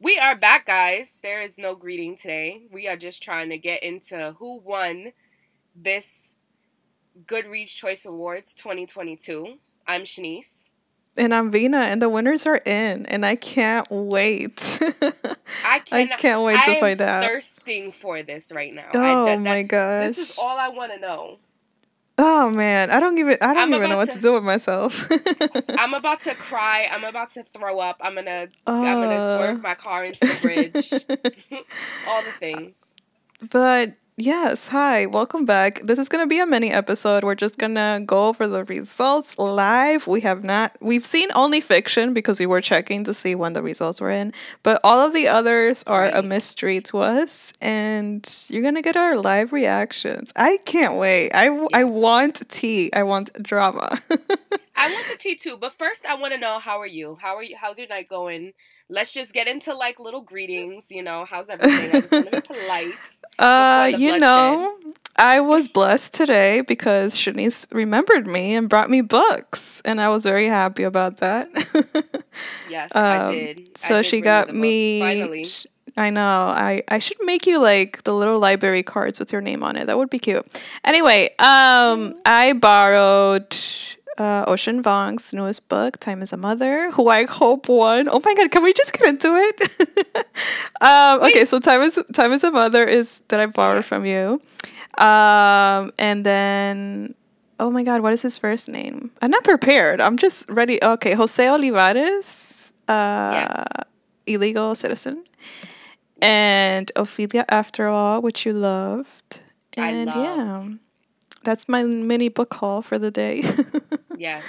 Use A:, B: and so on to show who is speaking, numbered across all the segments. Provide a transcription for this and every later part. A: we are back, guys. There is no greeting today. We are just trying to get into who won this Goodreads Choice Awards 2022. I'm Shanice.
B: And I'm Vina, and the winners are in, and I can't wait.
A: I
B: I
A: cannot.
B: can't wait
A: I
B: to
A: am
B: find out.
A: thirsting for this right now.
B: Oh
A: I, that-
B: my
A: that-
B: gosh!
A: This is all I want to know.
B: oh man, I don't even I don't
A: I'm
B: even know
A: about
B: what to,
A: to-
B: do with myself.
A: I'm about to cry. I'm about to throw up. I'm gonna. I'm gonna
B: Uh,
A: swerve my car into the bridge. all the things.
B: But yes, hi, welcome back. This is gonna be a mini episode. We're just gonna go over the results live. We have not we've seen only fiction because we were checking to see when the results were in, but all of the others are a
A: Right.
B: mystery to us, and you're gonna get our live reactions. I can't wait. I w- I
A: Yes.
B: want tea. I want drama.
A: I want the tea too, but first I want to know how are you? How are you? How's your night going? Let's just get into like little greetings. You know, how's everything? I just want to be polite.
B: Uh,
A: the
B: you
A: bloodshed.
B: know, I was blessed today because Shanice remembered me and brought me books, and I was very happy about that.
A: Yes, I
B: Um,
A: did. I
B: so
A: did
B: she
A: bring you the
B: got
A: books,
B: me.
A: finally.
B: sh- I know. I I should make you like the little library cards with your name on it. That would be cute. Anyway, um, I borrowed. Uh, Ocean Vong's newest book, Time is a Mother, who I hope won. Oh my god, can we just get into it? um, okay, so Time is Time is a Mother is that I borrowed from you. Um, and then, oh my God, what is his first name? I'm not prepared. I'm just ready. Okay, Jose Olivares, uh, illegal citizen, and Ophelia After All, which you loved.
A: I
B: And yeah,
A: loved.
B: that's my mini book haul for the day.
A: Yes.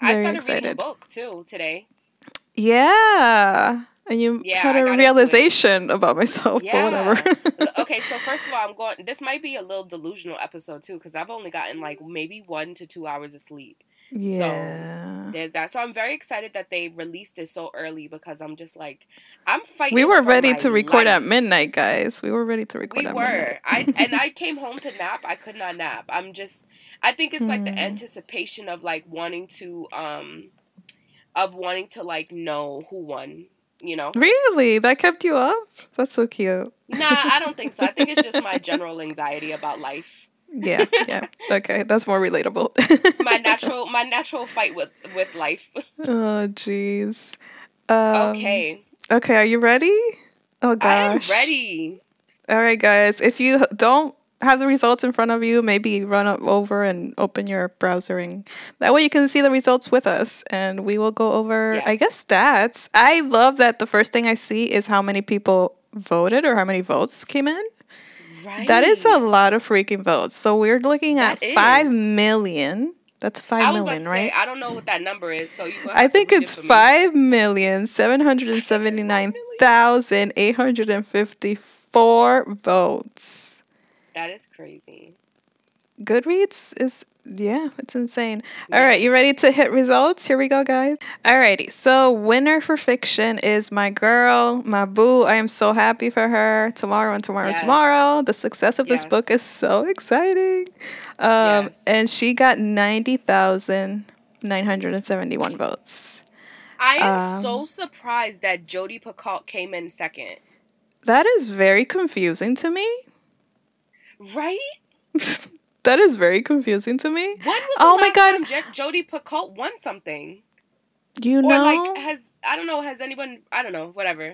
A: I
B: Very
A: started reading a
B: excited.
A: book too today.
B: yeah. And you
A: Yeah,
B: had
A: I
B: a
A: got into it.
B: realization about myself, but
A: L-
B: whatever.
A: okay, so first of all, I'm going. This might be a little delusional episode too, because I've only gotten like maybe one to two hours of sleep.
B: yeah.
A: There's that. So I'm very excited that they released it so early because I'm just like, I'm fighting.
B: We were
A: for
B: ready
A: my
B: to record at
A: life.
B: midnight, guys. We were ready to record
A: We
B: at
A: were.
B: midnight.
A: I and I came home to nap. I could not nap. I'm just. I think it's like the
B: Mm.
A: anticipation of like wanting to um, of wanting to like know who won. You know.
B: Really? That kept you up? That's so cute.
A: Nah, I don't think so. I think it's just my general anxiety about life.
B: Yeah, yeah. Okay, that's more relatable.
A: My natural my natural fight with with life.
B: oh, jeez. Um,
A: Okay.
B: Okay, are you ready? Oh,
A: I am
B: gosh.
A: ready.
B: All right, guys. If you don't have the results in front of you, maybe run up over and open your browser, and that way you can see the results with us, and we will go over, I guess,
A: Yes.
B: stats. I love that the first thing I see is how many people voted or how many votes came in.
A: Right.
B: That is a lot of freaking votes. So we're looking at
A: That
B: five
A: is.
B: million. That's five
A: I was about
B: million,
A: to
B: right?
A: say I don't know what that number is, so you.
B: I think it's five million seven hundred and seventy nine thousand eight hundred and fifty four votes.
A: That is crazy.
B: Goodreads is yeah, it's insane. All
A: Yeah.
B: right, you ready to hit results? Here we go, guys. Alrighty, so winner for fiction is my girl, my boo. I am so happy for her. Tomorrow and tomorrow and
A: Yes.
B: tomorrow. The success of this book
A: Yes.
B: is so exciting. Um,
A: Yes.
B: and she got ninety thousand nine hundred and seventy one votes.
A: I am so
B: Um,
A: surprised that Jodi Picoult came in second.
B: That is very confusing to me.
A: Right?
B: that is very confusing to me.
A: When was the
B: Oh my
A: last
B: God.
A: time Jack Jodi Picoult won something?
B: You
A: Or
B: know,
A: like has I don't know, has anyone I don't know, whatever.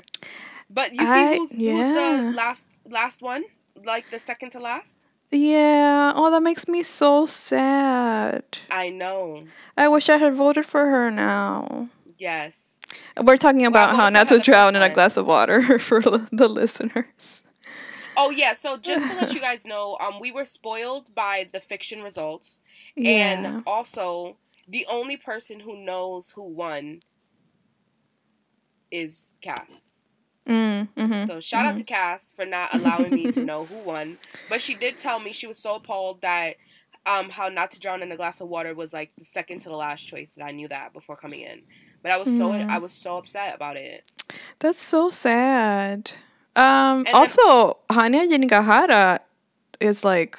A: But you see
B: I-
A: who's
B: yeah.
A: who's the last last one? Like the second to last?
B: yeah. Oh, that makes me so sad.
A: I know.
B: I wish I had voted for her now.
A: Yes.
B: We're talking
A: Well, I
B: about how
A: voted
B: not
A: for her
B: to
A: the
B: drown
A: first
B: in a
A: time.
B: glass of water for li- the listeners.
A: Oh yeah, so just to let you guys know, um we were spoiled by the fiction results
B: Yeah.
A: and also the only person who knows who won is Cass.
B: Mm, mhm,
A: So shout out
B: mhm.
A: to Cass for not allowing me to know who won. But she did tell me she was so appalled that um how not to drown in a glass of water was like the second to the last choice and I knew that before coming in. But I was so
B: Mm.
A: I was so upset about it.
B: That's so sad. Um,
A: then-
B: also, Hania Yenigahara is like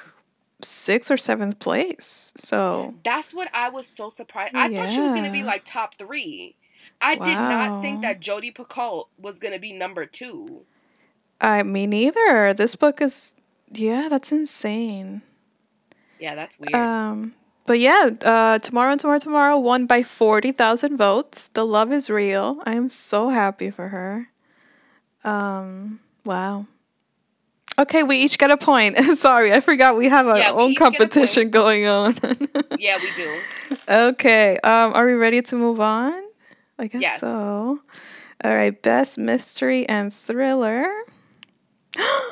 B: sixth or seventh place. So
A: Oh. That's what I was so surprised. I thought she was gonna be
B: Yeah.
A: like top three. I did not
B: Wow.
A: think that Jodi Picoult was gonna be number two.
B: I me neither. This book is yeah, that's insane.
A: Yeah, that's weird.
B: Um, but yeah, uh, tomorrow and tomorrow tomorrow won by forty thousand votes. The love is real. I am so happy for her. Um, wow. Okay, we each get a point. Sorry, I forgot we have our
A: Yeah, we
B: own
A: each get a point.
B: competition going on.
A: yeah, we do.
B: Okay. Um, are we ready to move on? I guess
A: Yes.
B: so. All right. Best mystery and thriller.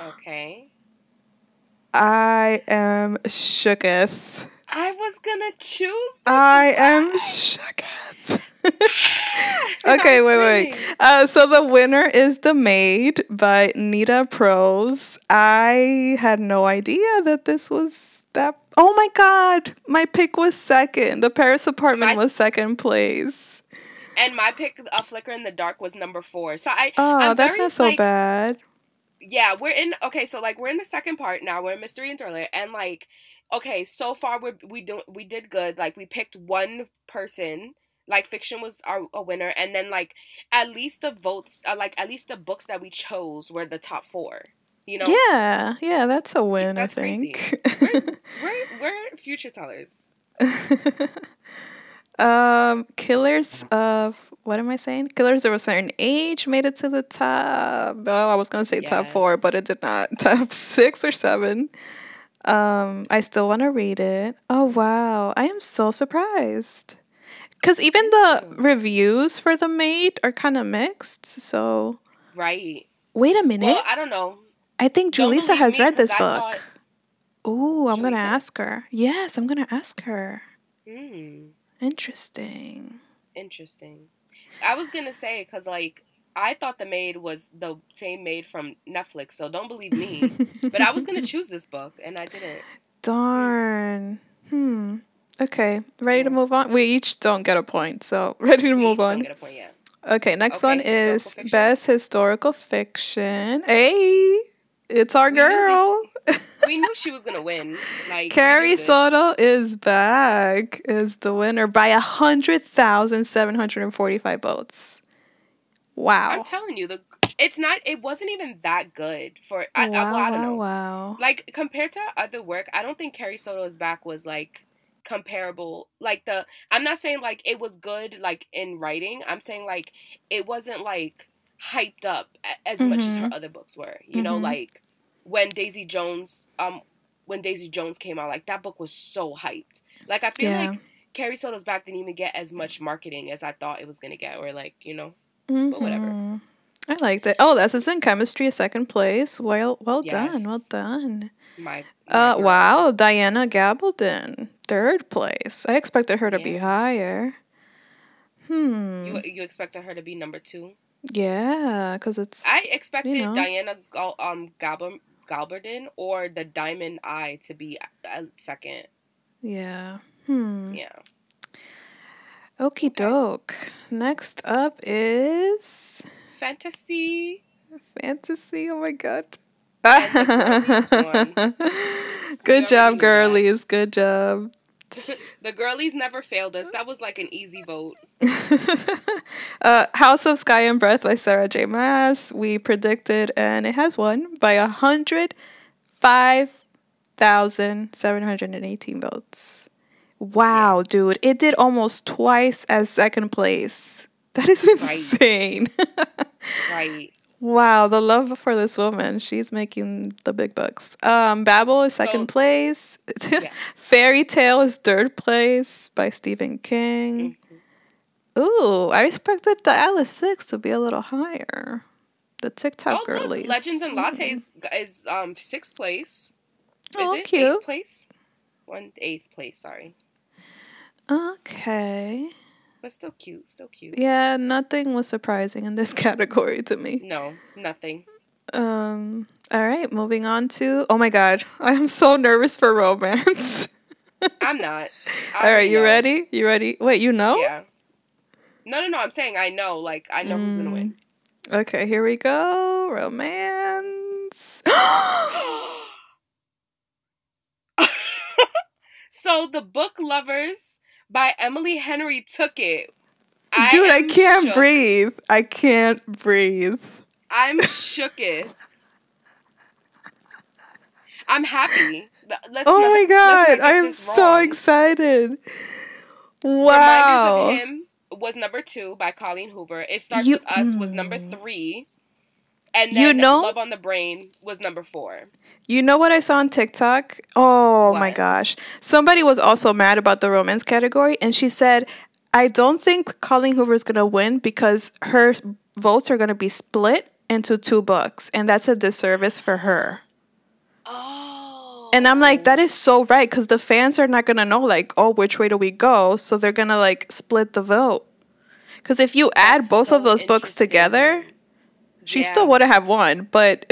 A: Okay.
B: I am shooketh.
A: I was gonna choose.
B: I am shooketh. okay, wait, wait.
A: Fascinating.
B: Uh, so the winner is The Maid by Nita Prose. I had no idea that this was that. Oh my God. My pick was second. The Paris apartment
A: My-
B: was second place.
A: And my pick, A Flicker in the Dark, was number four. So I.
B: Oh,
A: I'm
B: that's
A: very,
B: not so
A: like-
B: bad.
A: yeah, we're in okay, so like we're in the second part now. We're in mystery and thriller and like okay, so far we we do we did good. Like we picked one person. Like fiction was our a winner and then like at least the votes uh, like at least the books that we chose were the top 4. You know?
B: Yeah, yeah, that's a win,
A: that's
B: I
A: crazy.
B: think.
A: We're we're future tellers.
B: um, Killers of what am I saying? Killers of a Certain Age made it to the top. Oh, I was gonna say top four,
A: Yes.
B: but it did not. Top six or seven. Um, I still want to read it. Oh wow, I am so surprised. Cause even the
A: too.
B: reviews for the maid are kind of mixed. So
A: Right.
B: wait a minute.
A: Well, I don't know.
B: I think
A: Don't
B: Julissa
A: believe
B: has
A: me,
B: read
A: 'cause
B: this
A: I thought-
B: book. Ooh, I'm gonna
A: Julissa?
B: ask her. Yes, I'm gonna ask her.
A: Mm,
B: Interesting.
A: interesting. I was going to say cuz like I thought the maid was the same maid from Netflix, so don't believe me. But I was gonna choose this book, and I didn't.
B: Darn. Hmm. Okay, ready to
A: Yeah.
B: move on? We each don't get a point, so ready to
A: We
B: move
A: each don't
B: on.
A: Get a point yet.
B: Okay, next
A: Okay,
B: one
A: historical
B: is
A: fiction.
B: best historical fiction. Hey, it's our
A: We knew
B: girl.
A: We knew she was gonna win. Like we knew
B: Carrie
A: this.
B: Soto is back, is the winner by 100,745 votes.
A: I'm
B: Wow.
A: telling you, the it's not. It wasn't even that good for. I, I,
B: wow,
A: well, I don't
B: wow,
A: know.
B: wow.
A: Like compared to other work, I don't think Carrie Soto's back was like comparable. Like the. I'm not saying like it was good like in writing. I'm saying like it wasn't like hyped up a- as much as
B: Mm-hmm.
A: her other books were. You know,
B: Mhm.
A: like when Daisy Jones um when Daisy Jones came out, like that book was so hyped. Like I feel
B: Yeah.
A: like Carrie Soto's back didn't even get as much marketing as I thought it was gonna get, or like you know, but whatever.
B: Mhm. I liked it. Oh, this is in chemistry, second place. Well, well done, well
A: Yes.
B: done.
A: my. my
B: Uh,
A: girl.
B: wow, Diana Gabaldon, third place. I expected her to be
A: Yeah.
B: higher. Hmm.
A: You you expected her to be number two?
B: yeah, because it's.
A: I expected
B: know.
A: Diana Gal- um Galber- Galberdin or the Diamond Eye to be a- a second.
B: yeah. Hmm.
A: Yeah.
B: Okie doke. Next up is
A: Fantasy.
B: fantasy. Oh my god.
A: And the
B: Good
A: We
B: job,
A: already
B: girlies. Good job.
A: The girlies never failed us. That was like an easy vote.
B: uh, House of Sky and Breath by Sarah J. Maas. We predicted, and it has won by a hundred five thousand seven hundred and eighteen votes. Wow, dude! It did almost twice as second place. That is insane.
A: Right.
B: wow, the love for this woman. She's making the big bucks. Um, Babel is
A: So-
B: second place.
A: Yes.
B: Fairy Tale is third place by Stephen King.
A: Mhm.
B: Ooh, I expected the Alice Six to be a little higher. The TikTok
A: Oh, look,
B: girlies.
A: Legends and
B: Mm.
A: Lattes is um sixth place. Is
B: Oh,
A: it
B: cute.
A: eighth place? One eighth place. Sorry,
B: Okay.
A: but still cute. Still cute.
B: Yeah, nothing was surprising in this category to me.
A: No, nothing.
B: Um. All right, moving on to. Oh my God, I am so nervous for romance.
A: I'm not. I
B: all right, you
A: know.
B: ready? You ready? Wait, you know?
A: Yeah. No, no, no. I'm saying I know. Like I know who's gonna win.
B: Okay, here we go. Romance.
A: so the book lovers by Emily Henry took it. I
B: Dude, I
A: am
B: can't
A: shook.
B: breathe. I can't breathe.
A: I'm shooketh. I'm happy. L- Let's
B: Oh
A: not-
B: my
A: let's not
B: god,
A: get
B: I am
A: this
B: so
A: wrong.
B: excited.
A: Reminders of
B: Wow.
A: Him was number two by Colleen Hoover. It Starts
B: You-
A: With Us was number
B: Mm.
A: three. And then
B: You know-
A: Love on the Brain was number four.
B: You know what I saw on TikTok? Oh my
A: What?
B: gosh. Somebody was also mad about the romance category and she said, I don't think Colleen Hoover is going to win because her votes are going to be split into two books and that's a disservice for her.
A: Oh.
B: And I'm like, that is so right because the fans are not gonna know like, oh, which way do we go? So they're gonna like split the vote. Because if you add
A: That's
B: both of
A: so
B: those books together,
A: interesting.
B: she
A: Yeah.
B: still would have won. But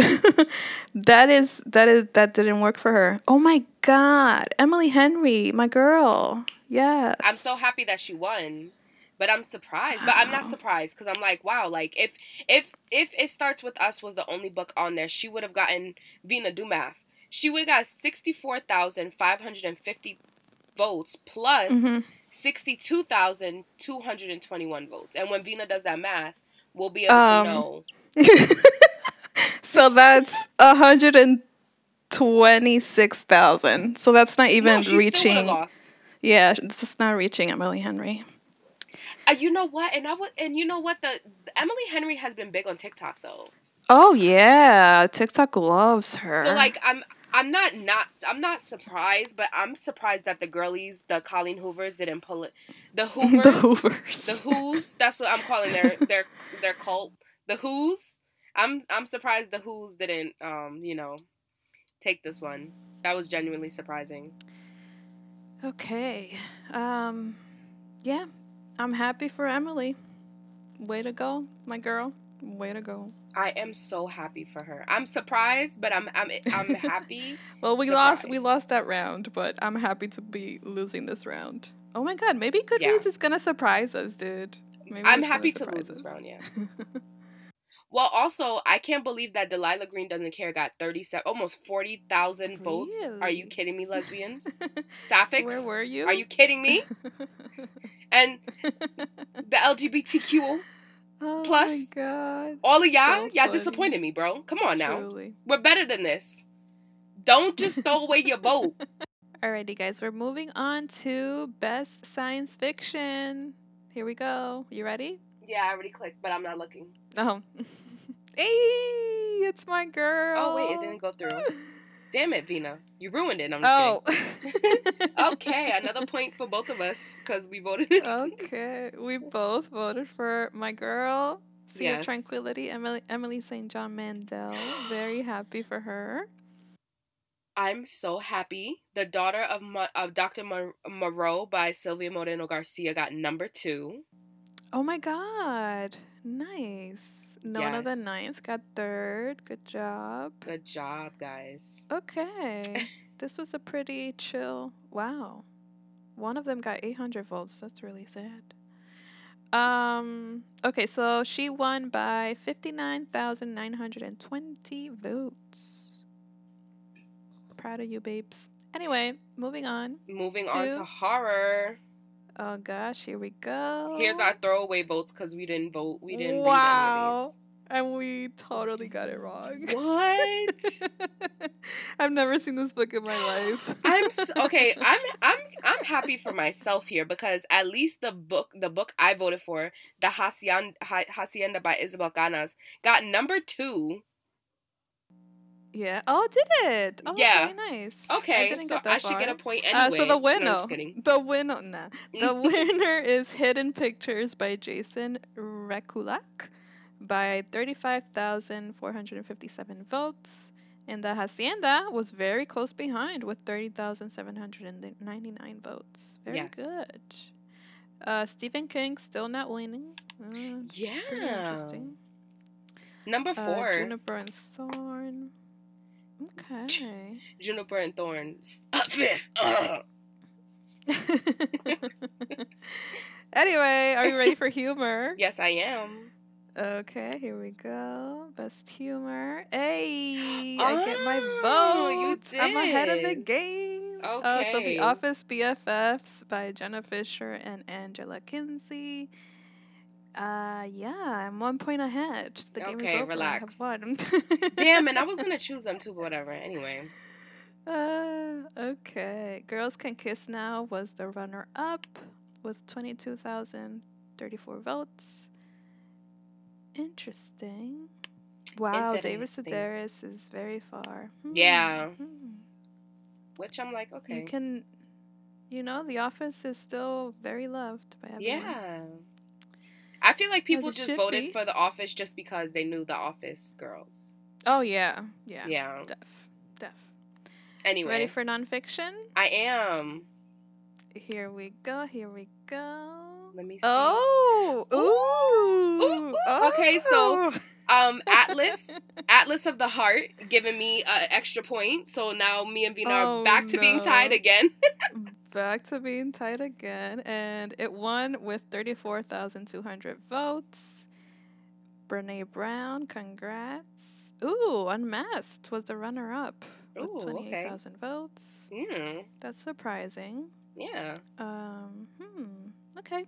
B: that is that is that didn't work for her. Oh my God, Emily Henry, my girl. Yes,
A: I'm so happy that she won, but I'm surprised. But I'm not
B: Wow.
A: surprised because I'm like, wow, like if if if it starts with us was the only book on there, she would have gotten Vina Dumath. She would have got sixty four thousand five hundred and fifty votes plus
B: Mhm.
A: two thousand two hundred and twenty one votes. And when Vina does that math, we'll be able
B: Um,
A: to know.
B: so that's a hundred and twenty-six thousand. So that's not even
A: No, she still would have
B: reaching.
A: lost.
B: Yeah, it's just not reaching Emily Henry.
A: Uh, you know what? And I would. And you know what? The Emily Henry has been big on TikTok though.
B: Oh yeah, TikTok loves her.
A: So like I'm I'm not not I'm not surprised, but I'm surprised that the girlies, the Colleen Hoovers, didn't pull it. The Hoovers,
B: the
A: the,
B: Hoovers.
A: Who's. That's what I'm calling their their their cult. The Who's. I'm I'm surprised the Who's didn't um you know take this one. That was genuinely surprising.
B: okay, um, yeah, I'm happy for Emily. Way to go, my girl. Way to go.
A: I am so happy for her. I'm surprised, but I'm I'm I'm happy.
B: Well, we lost. We
A: Surprise.
B: lost that round, but I'm happy to be losing this round. Oh my god, maybe Goodreads
A: Yeah.
B: is gonna surprise us, dude.
A: I'm
B: Maybe it's gonna
A: happy to
B: surprise
A: lose this
B: us.
A: round, yeah. Well, also, I can't believe that Delilah Green doesn't care got 37, almost 40,000 votes. Are you
B: Really?
A: kidding me, lesbians? Sapphics?
B: Where were you?
A: Are you kidding me? And the LGBTQ,
B: oh my
A: Plus,
B: god.
A: all of y'all,
B: So
A: y'all
B: funny.
A: disappointed me, bro. Come on now.
B: Truly.
A: We're better than this. Don't just throw away your vote.
B: Alrighty, guys, we're moving on to best science fiction. Here we go. You ready?
A: Yeah, I already clicked, but I'm not looking.
B: No. hey, it's my girl.
A: Oh, wait, it didn't go through. Damn it, Vina. You ruined it. I'm just
B: Oh.
A: kidding. Okay, another point for both of us because we voted.
B: okay, we both voted for my girl. Sea of
A: Yes.
B: Tranquility, Emily, Emily St. John Mandel. Very happy for her.
A: I'm so happy. The daughter of Mo- of Dr. Mo- Moreau by Sylvia Moreno Garcia got number two.
B: Oh my god. Nice. Nona the
A: Yes.
B: Ninth got third. Good job.
A: Good job, guys.
B: Okay. this was a pretty chill. Wow. One of them got 800 votes. That's really sad. Um okay, so she won by 59,920 votes. Proud of you, babes. Anyway, moving on.
A: Moving on
B: Two.
A: to horror.
B: Oh gosh, here we go.
A: Here's our throwaway votes because we didn't vote. We didn't.
B: Wow. And we totally got it wrong.
A: Read any of these. What?
B: I've never seen this book in my life.
A: I'm s okay. I'm I'm I'm happy for myself here because at least the book the book I voted for, the Hacienda Ha- Hacienda by Isabel Ganas, got number two.
B: Yeah. Oh, did it? Oh,
A: Yeah.
B: Okay, nice.
A: Okay,
B: I didn't
A: so
B: get that
A: I should get a
B: far.
A: point
B: Uh,
A: anyway.
B: so the
A: No, I'm
B: winner,
A: just kidding.
B: the winner, nah, the winner is Hidden Pictures by Jason Rekulak by 35,457 votes. And the Hacienda was very close behind with 30,799 votes. Very
A: Yes.
B: good. Uh, Stephen King still not winning. Uh,
A: Yeah.
B: Pretty interesting.
A: Number
B: Uh,
A: four,
B: Juniper and Thorn. Okay.
A: Juniper and Thorns. Up there. Ugh.
B: anyway, are you ready for humor?
A: yes, I am.
B: Okay, here we go. Best humor. Hey, I get my
A: Oh, you
B: vote. I'm ahead of the
A: did.
B: game. Uh, so
A: Okay.
B: the Office BFFs by Jenna Fisher and Angela Kinsey. Uh, yeah, I'm one point ahead. The game is
A: Okay,
B: over.
A: relax.
B: I have won.
A: Damn, and I was gonna choose them too, but whatever. Anyway,
B: Uh, okay. Girls Can Kiss Now was the runner up with 22,034 votes. Interesting. Wow, David
A: Interesting.
B: Sedaris is very far. Hmm,
A: Yeah.
B: hmm.
A: which I'm like, okay,
B: You can, you know, The Office is still very loved by everyone.
A: yeah. I feel like people
B: it
A: just
B: should
A: voted
B: be.
A: for The Office just because they knew The Office girls.
B: Oh, yeah. Yeah.
A: Yeah.
B: Def. Def.
A: Anyway,
B: Ready for nonfiction?
A: I am.
B: Here we go. Here we go.
A: Let me see.
B: Oh, ooh.
A: Ooh, ooh. Okay, so-
B: oh.
A: Um, Atlas, Atlas of the Heart, giving me an extra point. So now me and Vina
B: Oh,
A: are back to being
B: no.
A: tied again.
B: back to being tied again, and it won with thirty-four thousand two hundred votes. Brene Brown, congrats! Ooh, Unmasked was the runner-up with
A: Ooh, okay.
B: twenty-eight thousand votes.
A: Hmm.
B: That's surprising.
A: yeah.
B: Um, hmm. Okay.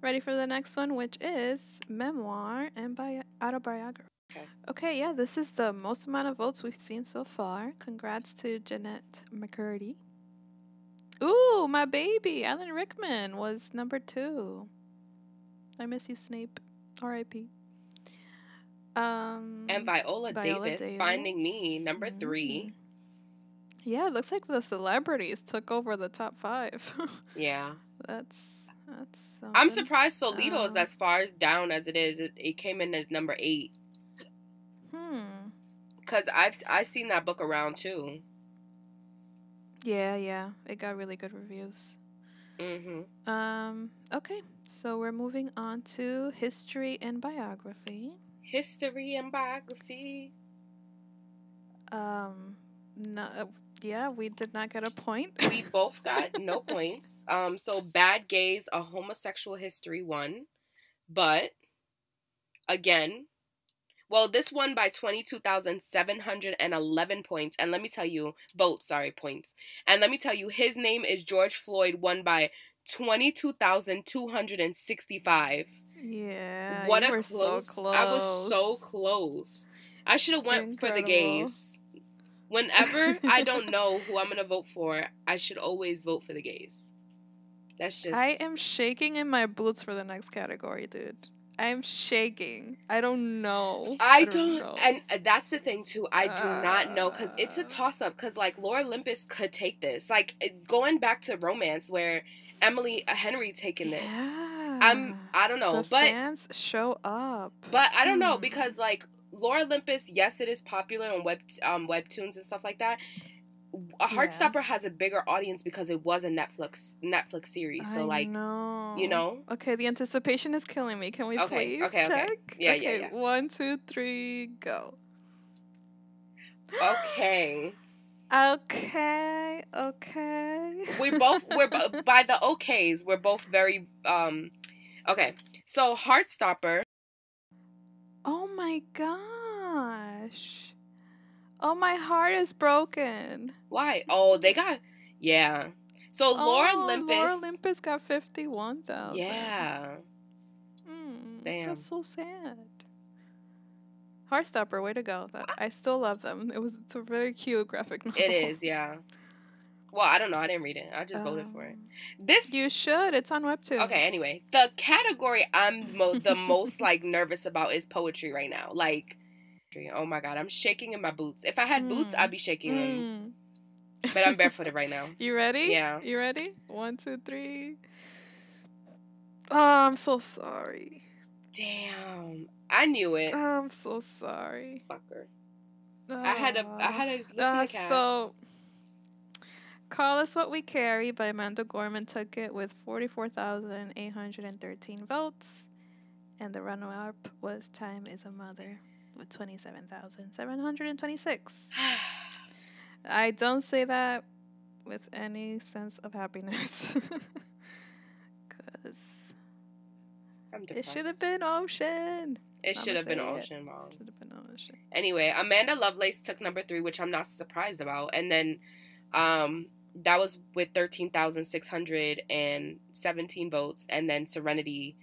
B: Ready for the next one, which is memoir and bi- autobiography.
A: Okay.
B: Okay, yeah, this is the most amount of votes we've seen so far. Congrats to Jeanette McCurdy. Ooh, my baby, Alan Rickman was number two. I miss you, Snape. R.I.P. Um,
A: And Viola, Davis, finding me
B: Davis.
A: number three.
B: Mm. Yeah, it looks like the celebrities took over the top five.
A: Yeah.
B: that's that's. Something.
A: I'm surprised Solito is
B: Uh,
A: as far down as it is. It, it came in as number eight
B: Hmm.
A: because I've I've seen that book around too.
B: Yeah, yeah, it got really good reviews.
A: hmm
B: Um. Okay, so we're moving on to history and biography.
A: History and biography.
B: Um. No. Yeah, we did not get a point.
A: We both got no points. Um, so bad gays, a homosexual history won, but again, well, this won by twenty two thousand seven hundred and eleven points. And let me tell you, votes, sorry, points. And let me tell you, his name is George Floyd, won by twenty two thousand two hundred and sixty five.
B: yeah.
A: what a
B: you were
A: close,
B: So close.
A: I was so close. I should have went for the
B: Incredible.
A: gays. Whenever I don't know who I'm gonna vote for, I should always vote for the gays. That's just
B: I am shaking in my boots for the next category, dude. I'm shaking. I don't know.
A: I don't,
B: know.
A: and uh, that's the thing too. I do not know because it's a
B: Uh.
A: toss up. Because like Laura Olympus could take this. Like it- going back to romance, where Emily uh, Henry taking this.
B: Yeah.
A: I'm. I don't know,
B: the
A: but
B: fans show up.
A: But I don't know
B: Hmm.
A: because like Laura Olympus, yes, it is popular on web um, webtoons and stuff like that. A
B: Yeah.
A: Heartstopper has a bigger audience because it was a Netflix Netflix series. So
B: I
A: like
B: know.
A: you know,
B: Okay, the anticipation is killing me. Can we
A: Okay,
B: please
A: okay, okay.
B: check?
A: Yeah, yeah,
B: okay,
A: yeah.
B: One, two, three, go.
A: okay,
B: okay. Okay.
A: we both we're bo- by the OKs. We're both very um, okay. So Heartstopper,
B: Oh my gosh. Oh, my heart is broken.
A: why? Oh, they got yeah. So Oh, Laura Olympus,
B: Oh, Laura Olympus got 51,000.
A: yeah,
B: Mm,
A: Damn.
B: That's so sad. Heartstopper, way to go. That, I still love them. It was it's a very cute graphic novel.
A: it is yeah. Well, I don't know. I didn't read it. I just voted for it.
B: Um,
A: This
B: You should. It's on Webtoon.
A: Okay, anyway, the category I'm mo- the most like nervous about is poetry right now. Like, oh my god, I'm shaking in my boots. If I had boots,
B: Mm.
A: I'd be shaking them, but I'm barefooted right now.
B: Hmm. you ready?
A: Yeah.
B: You ready? One, two, three. Oh, I'm so sorry.
A: Damn, I knew it,
B: I'm so sorry.
A: fucker. I had a, I
B: Ah.
A: had a. Listen
B: Uh,
A: to cats.
B: so, Call Us What We Carry by Amanda Gorman took it with 44,813 votes. And the runner up was Time is a Mother with 27,726. I don't say that with any sense of happiness. Because
A: I'm
B: it
A: depressed.
B: should have been Ocean.
A: It
B: I'ma
A: should have been
B: say it.
A: Ocean Mom.
B: Should have been Ocean.
A: Anyway, Amanda Lovelace took number three, which I'm not surprised about, and then, um, that was with thirteen thousand six hundred and seventeen votes, and then Serenity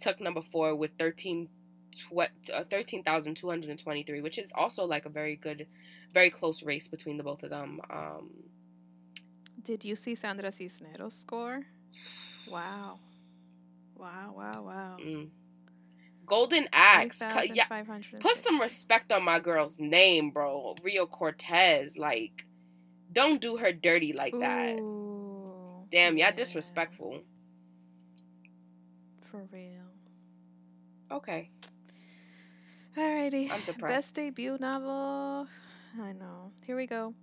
A: took number four with 13 tw- uh, 13,223, which is also like a very good, very close race between the both of them. Um,
B: Did you see Sandra Cisneros score? Wow. Wow, wow, wow.
A: mm. Golden Axe. cu- yeah, put some respect on my girl's name, bro. Rio Cortez. Like, don't do her dirty like that. Damn, y'all disrespectful.
B: For real.
A: Okay.
B: Alrighty.
A: I'm depressed.
B: Best debut novel. I know. Here we go.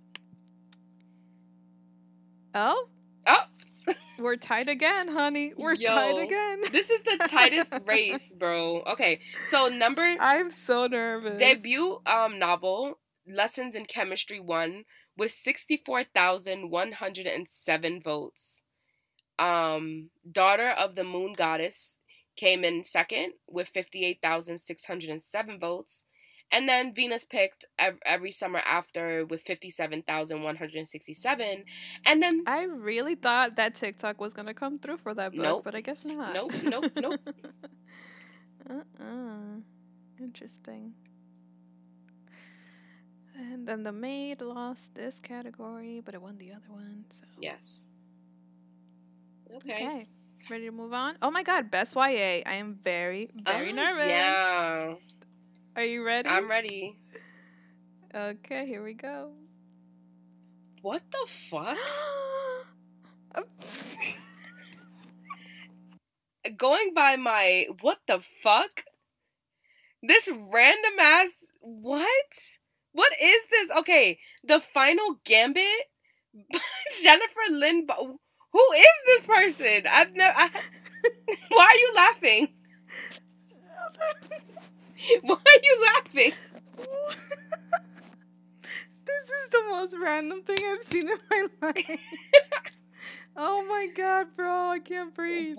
B: Oh?
A: Oh.
B: We're tied again, honey. We're
A: Yo.
B: tied again.
A: This is the tightest race, bro. Okay. So, number
B: I'm so nervous.
A: debut um novel lessons in chemistry one with 64,107 votes um daughter of the moon goddess came in second with 58,607 votes and then Venus picked ev- every summer after with 57,167 and then
B: I really thought that TikTok was gonna come through for that book,
A: Nope.
B: but I guess not.
A: Nope, nope, nope.
B: uh-uh. Interesting. And then the maid lost this category, but it won the other one. So
A: yes okay,
B: okay. Ready to move on? Oh my god, best YA. I am very, very
A: Oh,
B: nervous.
A: yeah
B: Are you ready?
A: i'm ready
B: okay, here we go.
A: what the fuck going by my what the fuck this random ass what what is this okay the final gambit jennifer lynn Bo- who is this person i've never I, why are you laughing why are you laughing
B: this is the most random thing I've seen in my life. oh my god, bro, I can't breathe.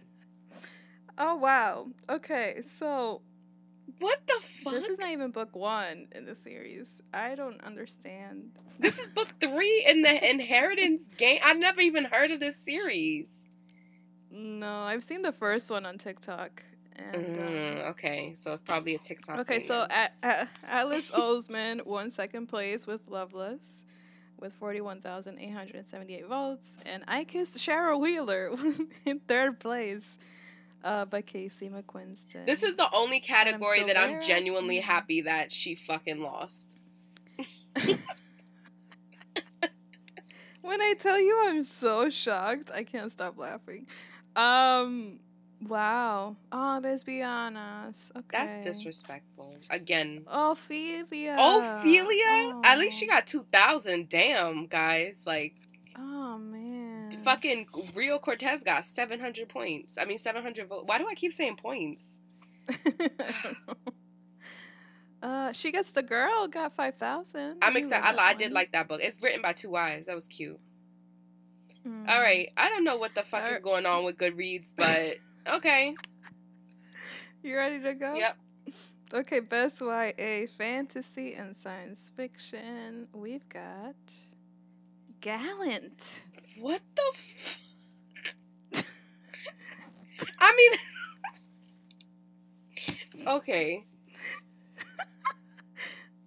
A: why
B: Oh wow. Okay, so
A: what the fuck
B: this is not even book one in the series. I don't understand.
A: this is book three in the inheritance game i've never even heard of this series
B: No, I've seen the first one on TikTok. And uh,
A: Mm, okay so it's probably a tiktok
B: okay,
A: thing
B: so
A: then.
B: a- a- Alice Oseman won second place with Loveless. With 41,878 votes, and I Kissed Cheryl Wheeler in third place uh, by Casey McQuinston.
A: This is the only category that I'm
B: Silvera.
A: genuinely
B: Mm.
A: happy that she fucking lost.
B: When I tell you I'm so shocked, I can't stop laughing. Um wow. Oh, lesbianas. Okay.
A: That's disrespectful. Again.
B: Ophelia.
A: Ophelia? At least she
B: Uh, Oh.
A: got 2,000. Damn, guys. Like,
B: Oh man.
A: fucking Rio Cortez got 700 points. I mean, 700 votes. Why do I keep saying points?
B: I don't know. Uh, she gets the girl. Got five thousand.
A: I'm excited. I, li- I did like that book. It's written by two wives. That was cute.
B: Mm.
A: All right. I don't know what the fuck is
B: Alright.
A: going on with Goodreads, but okay.
B: You ready to go?
A: Yep.
B: Okay, best YA fantasy and science fiction. We've got Gallant.
A: What the f- I mean Okay.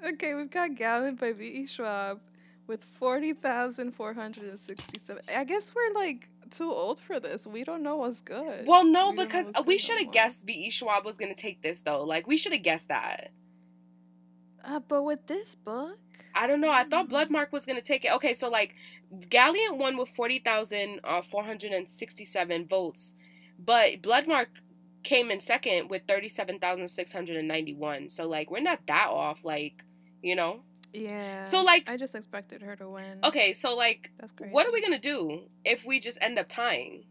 B: Okay, we've got Gallant by V.E. Schwab with 40,467. I guess we're like too old for this. We don't know what's good.
A: Well no,
B: We don't
A: because
B: Uh, know what's
A: we
B: good no
A: should have
B: more.
A: guessed V.E. Schwab was gonna take this though. Like we should have guessed that.
B: Uh, but with this book,
A: I don't know. I thought
B: Mm.
A: Bloodmark was gonna take it. Okay, so like Gallant won with forty thousand uh, four hundred and sixty-seven votes, but Bloodmark came in second with thirty-seven thousand six hundred and ninety-one. So like we're not that off, like, you know?
B: yeah.
A: So like
B: I just expected her to win.
A: okay, so like
B: That's crazy.
A: What are we gonna do if we just end up tying?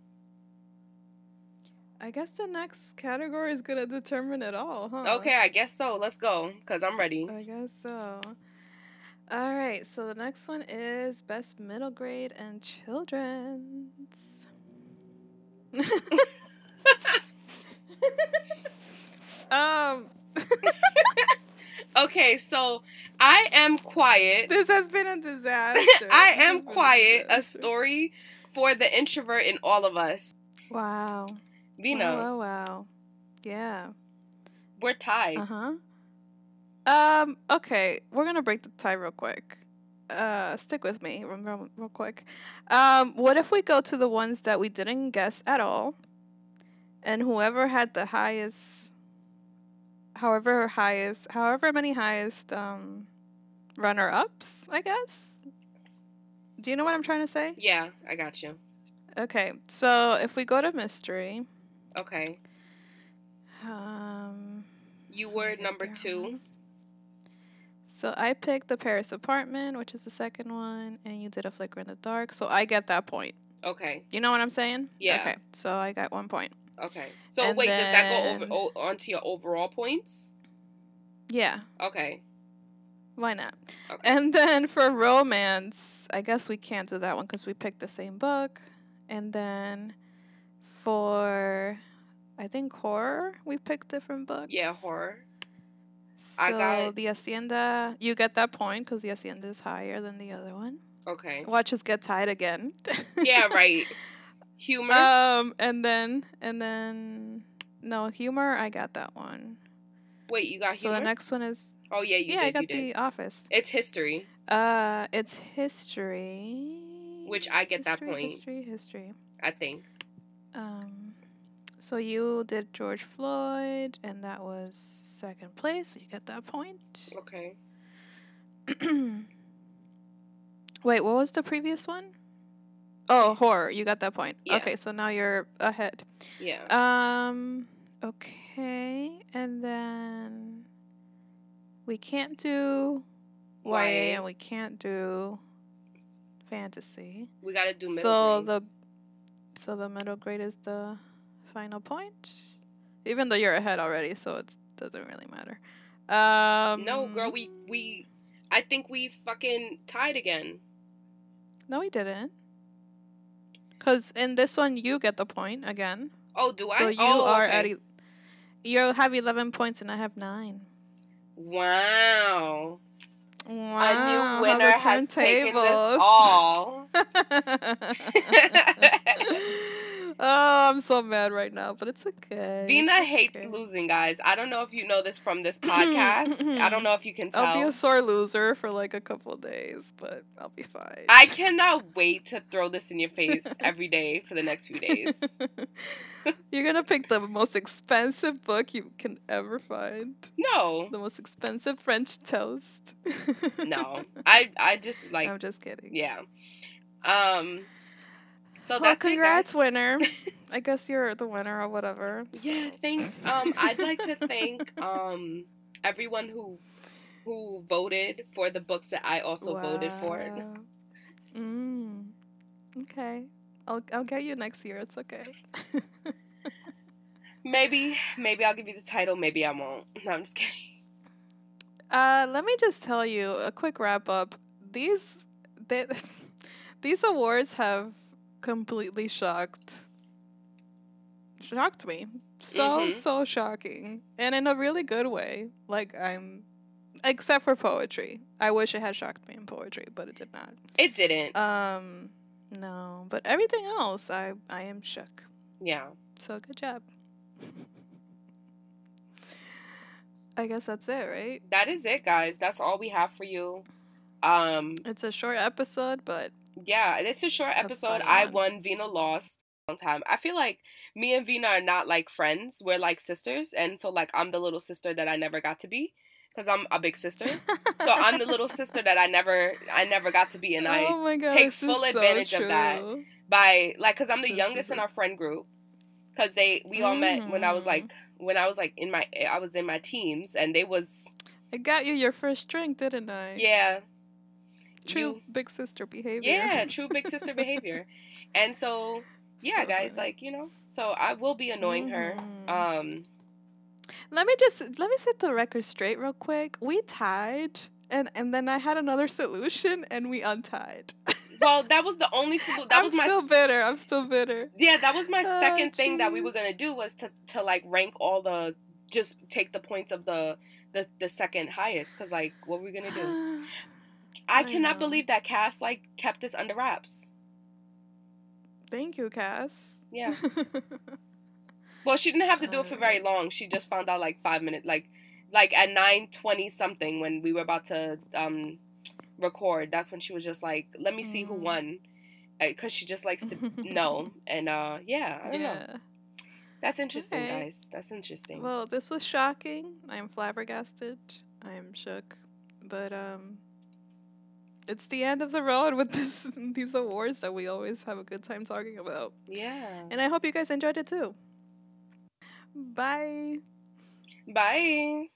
B: I guess the next category is gonna determine it all, huh?
A: Okay, I guess so. Let's go, cause I'm ready.
B: I guess so. All right, so the next one is best middle grade and children's. um,
A: Okay, so I am quiet.
B: this has been a disaster.
A: I
B: This
A: am
B: has been
A: quiet. A
B: disaster.
A: story for the introvert in all of us.
B: Wow.
A: Vino.
B: Wow, wow, wow. Yeah.
A: We're tied.
B: Uh huh. Um. Okay, we're gonna break the tie real quick. Uh, stick with me real, real- real quick. Um, what if we go to the ones that we didn't guess at all, and whoever had the highest, however highest, however many highest um, runner ups, I guess. Do you know what I'm trying to say?
A: Yeah, I got you.
B: Okay, so if we go to mystery,
A: Okay.
B: um,
A: You were
B: get
A: number
B: there.
A: two.
B: So I picked the Paris apartment, which is the second one, and you did a flicker in the dark. So I get that point.
A: Okay.
B: You know what I'm saying?
A: Yeah.
B: Okay. So I got one point.
A: Okay. So
B: And
A: wait, does that
B: then-
A: go over o- onto your overall points?
B: Yeah.
A: Okay.
B: Why not?
A: Okay.
B: And then for romance, I guess we can't do that one because we picked the same book. And then for, I think horror, we picked different books.
A: yeah, horror.
B: So
A: I got-
B: the hacienda, you get that point because the hacienda is higher than the other one.
A: Okay.
B: Watch us get tied again.
A: Yeah, right. Humor.
B: Um, and then and then no humor. I got that one.
A: wait, you got
B: So
A: humor.
B: the next one is
A: oh yeah, you
B: yeah.
A: did.
B: I got
A: you did.
B: the Office.
A: It's history.
B: Uh, it's history.
A: Which I get that
B: history,
A: point.
B: History, history.
A: I think.
B: Um, so you did George Floyd, and that was second place. So you get that point.
A: Okay.
B: Wait, what was the previous one? Oh, horror. You got that point.
A: Yeah.
B: Okay, so now you're ahead.
A: Yeah.
B: Um. Okay, and then we can't do YA,
A: YA.
B: and we can't do fantasy.
A: we gotta do middle
B: so
A: grade.
B: the so the middle grade is the final point. Even though you're ahead already, so it doesn't really matter. Um,
A: no, girl, we we. I think we fucking tied again.
B: no, we didn't. Cause in this one you get the point again.
A: Oh, do I?
B: so you
A: oh,
B: are
A: okay.
B: at e el- you have eleven points and I have nine.
A: Wow.
B: Wow,
A: a new
B: how the
A: winner has taken this
B: turntables.
A: all.
B: oh, I'm so mad right now, but it's okay.
A: Vina
B: It's
A: hates
B: okay.
A: losing, guys. I don't know if you know this from this
B: Mm-hmm.
A: podcast. I don't know if you can tell.
B: I'll be a sore loser for like a couple days, but I'll be fine.
A: I cannot wait to throw this in your face every day for the next few days.
B: You're gonna pick the most expensive book you can ever find.
A: No,
B: The most expensive French toast.
A: no. I I just like
B: I'm just kidding.
A: yeah. Um. So
B: well,
A: that's
B: congrats,
A: it, guys.
B: winner. I guess you're the winner or whatever.
A: Yeah,
B: so.
A: thanks. Um, I'd like to thank um everyone who who voted for the books that I also voted for.
B: Wow. Mm. Okay. I'll, I'll get you next year. It's okay.
A: Maybe maybe I'll give you the title. Maybe I won't. No, I'm just kidding.
B: uh, let me just tell you a quick wrap up. These they, these awards have completely shocked shocked me. So
A: Mhm.
B: so shocking, and in a really good way. Like I'm, except for poetry. I wish it had shocked me in poetry, but it did not.
A: It didn't.
B: Um, no, but everything else, I I am shook.
A: yeah.
B: So good job. I guess that's it, right?
A: That is it, guys. That's all we have for you. Um,
B: It's a short episode, but
A: yeah, this is a short
B: A
A: episode.
B: funny
A: I
B: one.
A: won, Vina lost. Long time. I feel like me and Vina are not like friends. We're like sisters, and so like I'm the little sister that I never got to be, because I'm a big sister. so I'm the little sister that I never, I never got to be, and I
B: Oh my god,
A: take
B: this is
A: full
B: so
A: advantage of that.
B: true.
A: by like because i'm the
B: This
A: youngest
B: is
A: in
B: a-
A: our friend group because they we all met when
B: Mm.
A: i was like when i was like in my i was in my teens and they was
B: I got you your first drink, didn't I?
A: yeah
B: True
A: you-
B: big sister behavior.
A: yeah true big sister behavior and so yeah
B: So
A: guys
B: funny.
A: like you know so i will be annoying
B: Mhm.
A: her um
B: Let me just let me set the record straight real quick. We tied and and then I had another solution and we untied.
A: well that was the only solu- that
B: I'm
A: was my
B: still bitter. I'm still bitter.
A: yeah that was my
B: Oh,
A: second thing that we were
B: jeez.
A: gonna do was to to like rank all the just take the points of the the, the second highest because like what were we gonna do i
B: I
A: cannot
B: know.
A: believe that cass like kept this under wraps
B: Thank you, Cass.
A: Yeah. Well, she didn't have to do it for very long. She just found out like five minutes, like like at nine twenty something when we were about to um record. That's when she was just like, "Let me see who
B: Mhm.
A: won," because she just likes to know. And uh, yeah, I don't know.
B: Yeah.
A: That's interesting,
B: Okay.
A: guys. That's interesting.
B: Well, this was shocking. I'm flabbergasted. I'm shook. But um it's the end of the road with this these awards that we always have a good time talking about.
A: yeah.
B: And I hope you guys enjoyed it too. Bye.
A: Bye.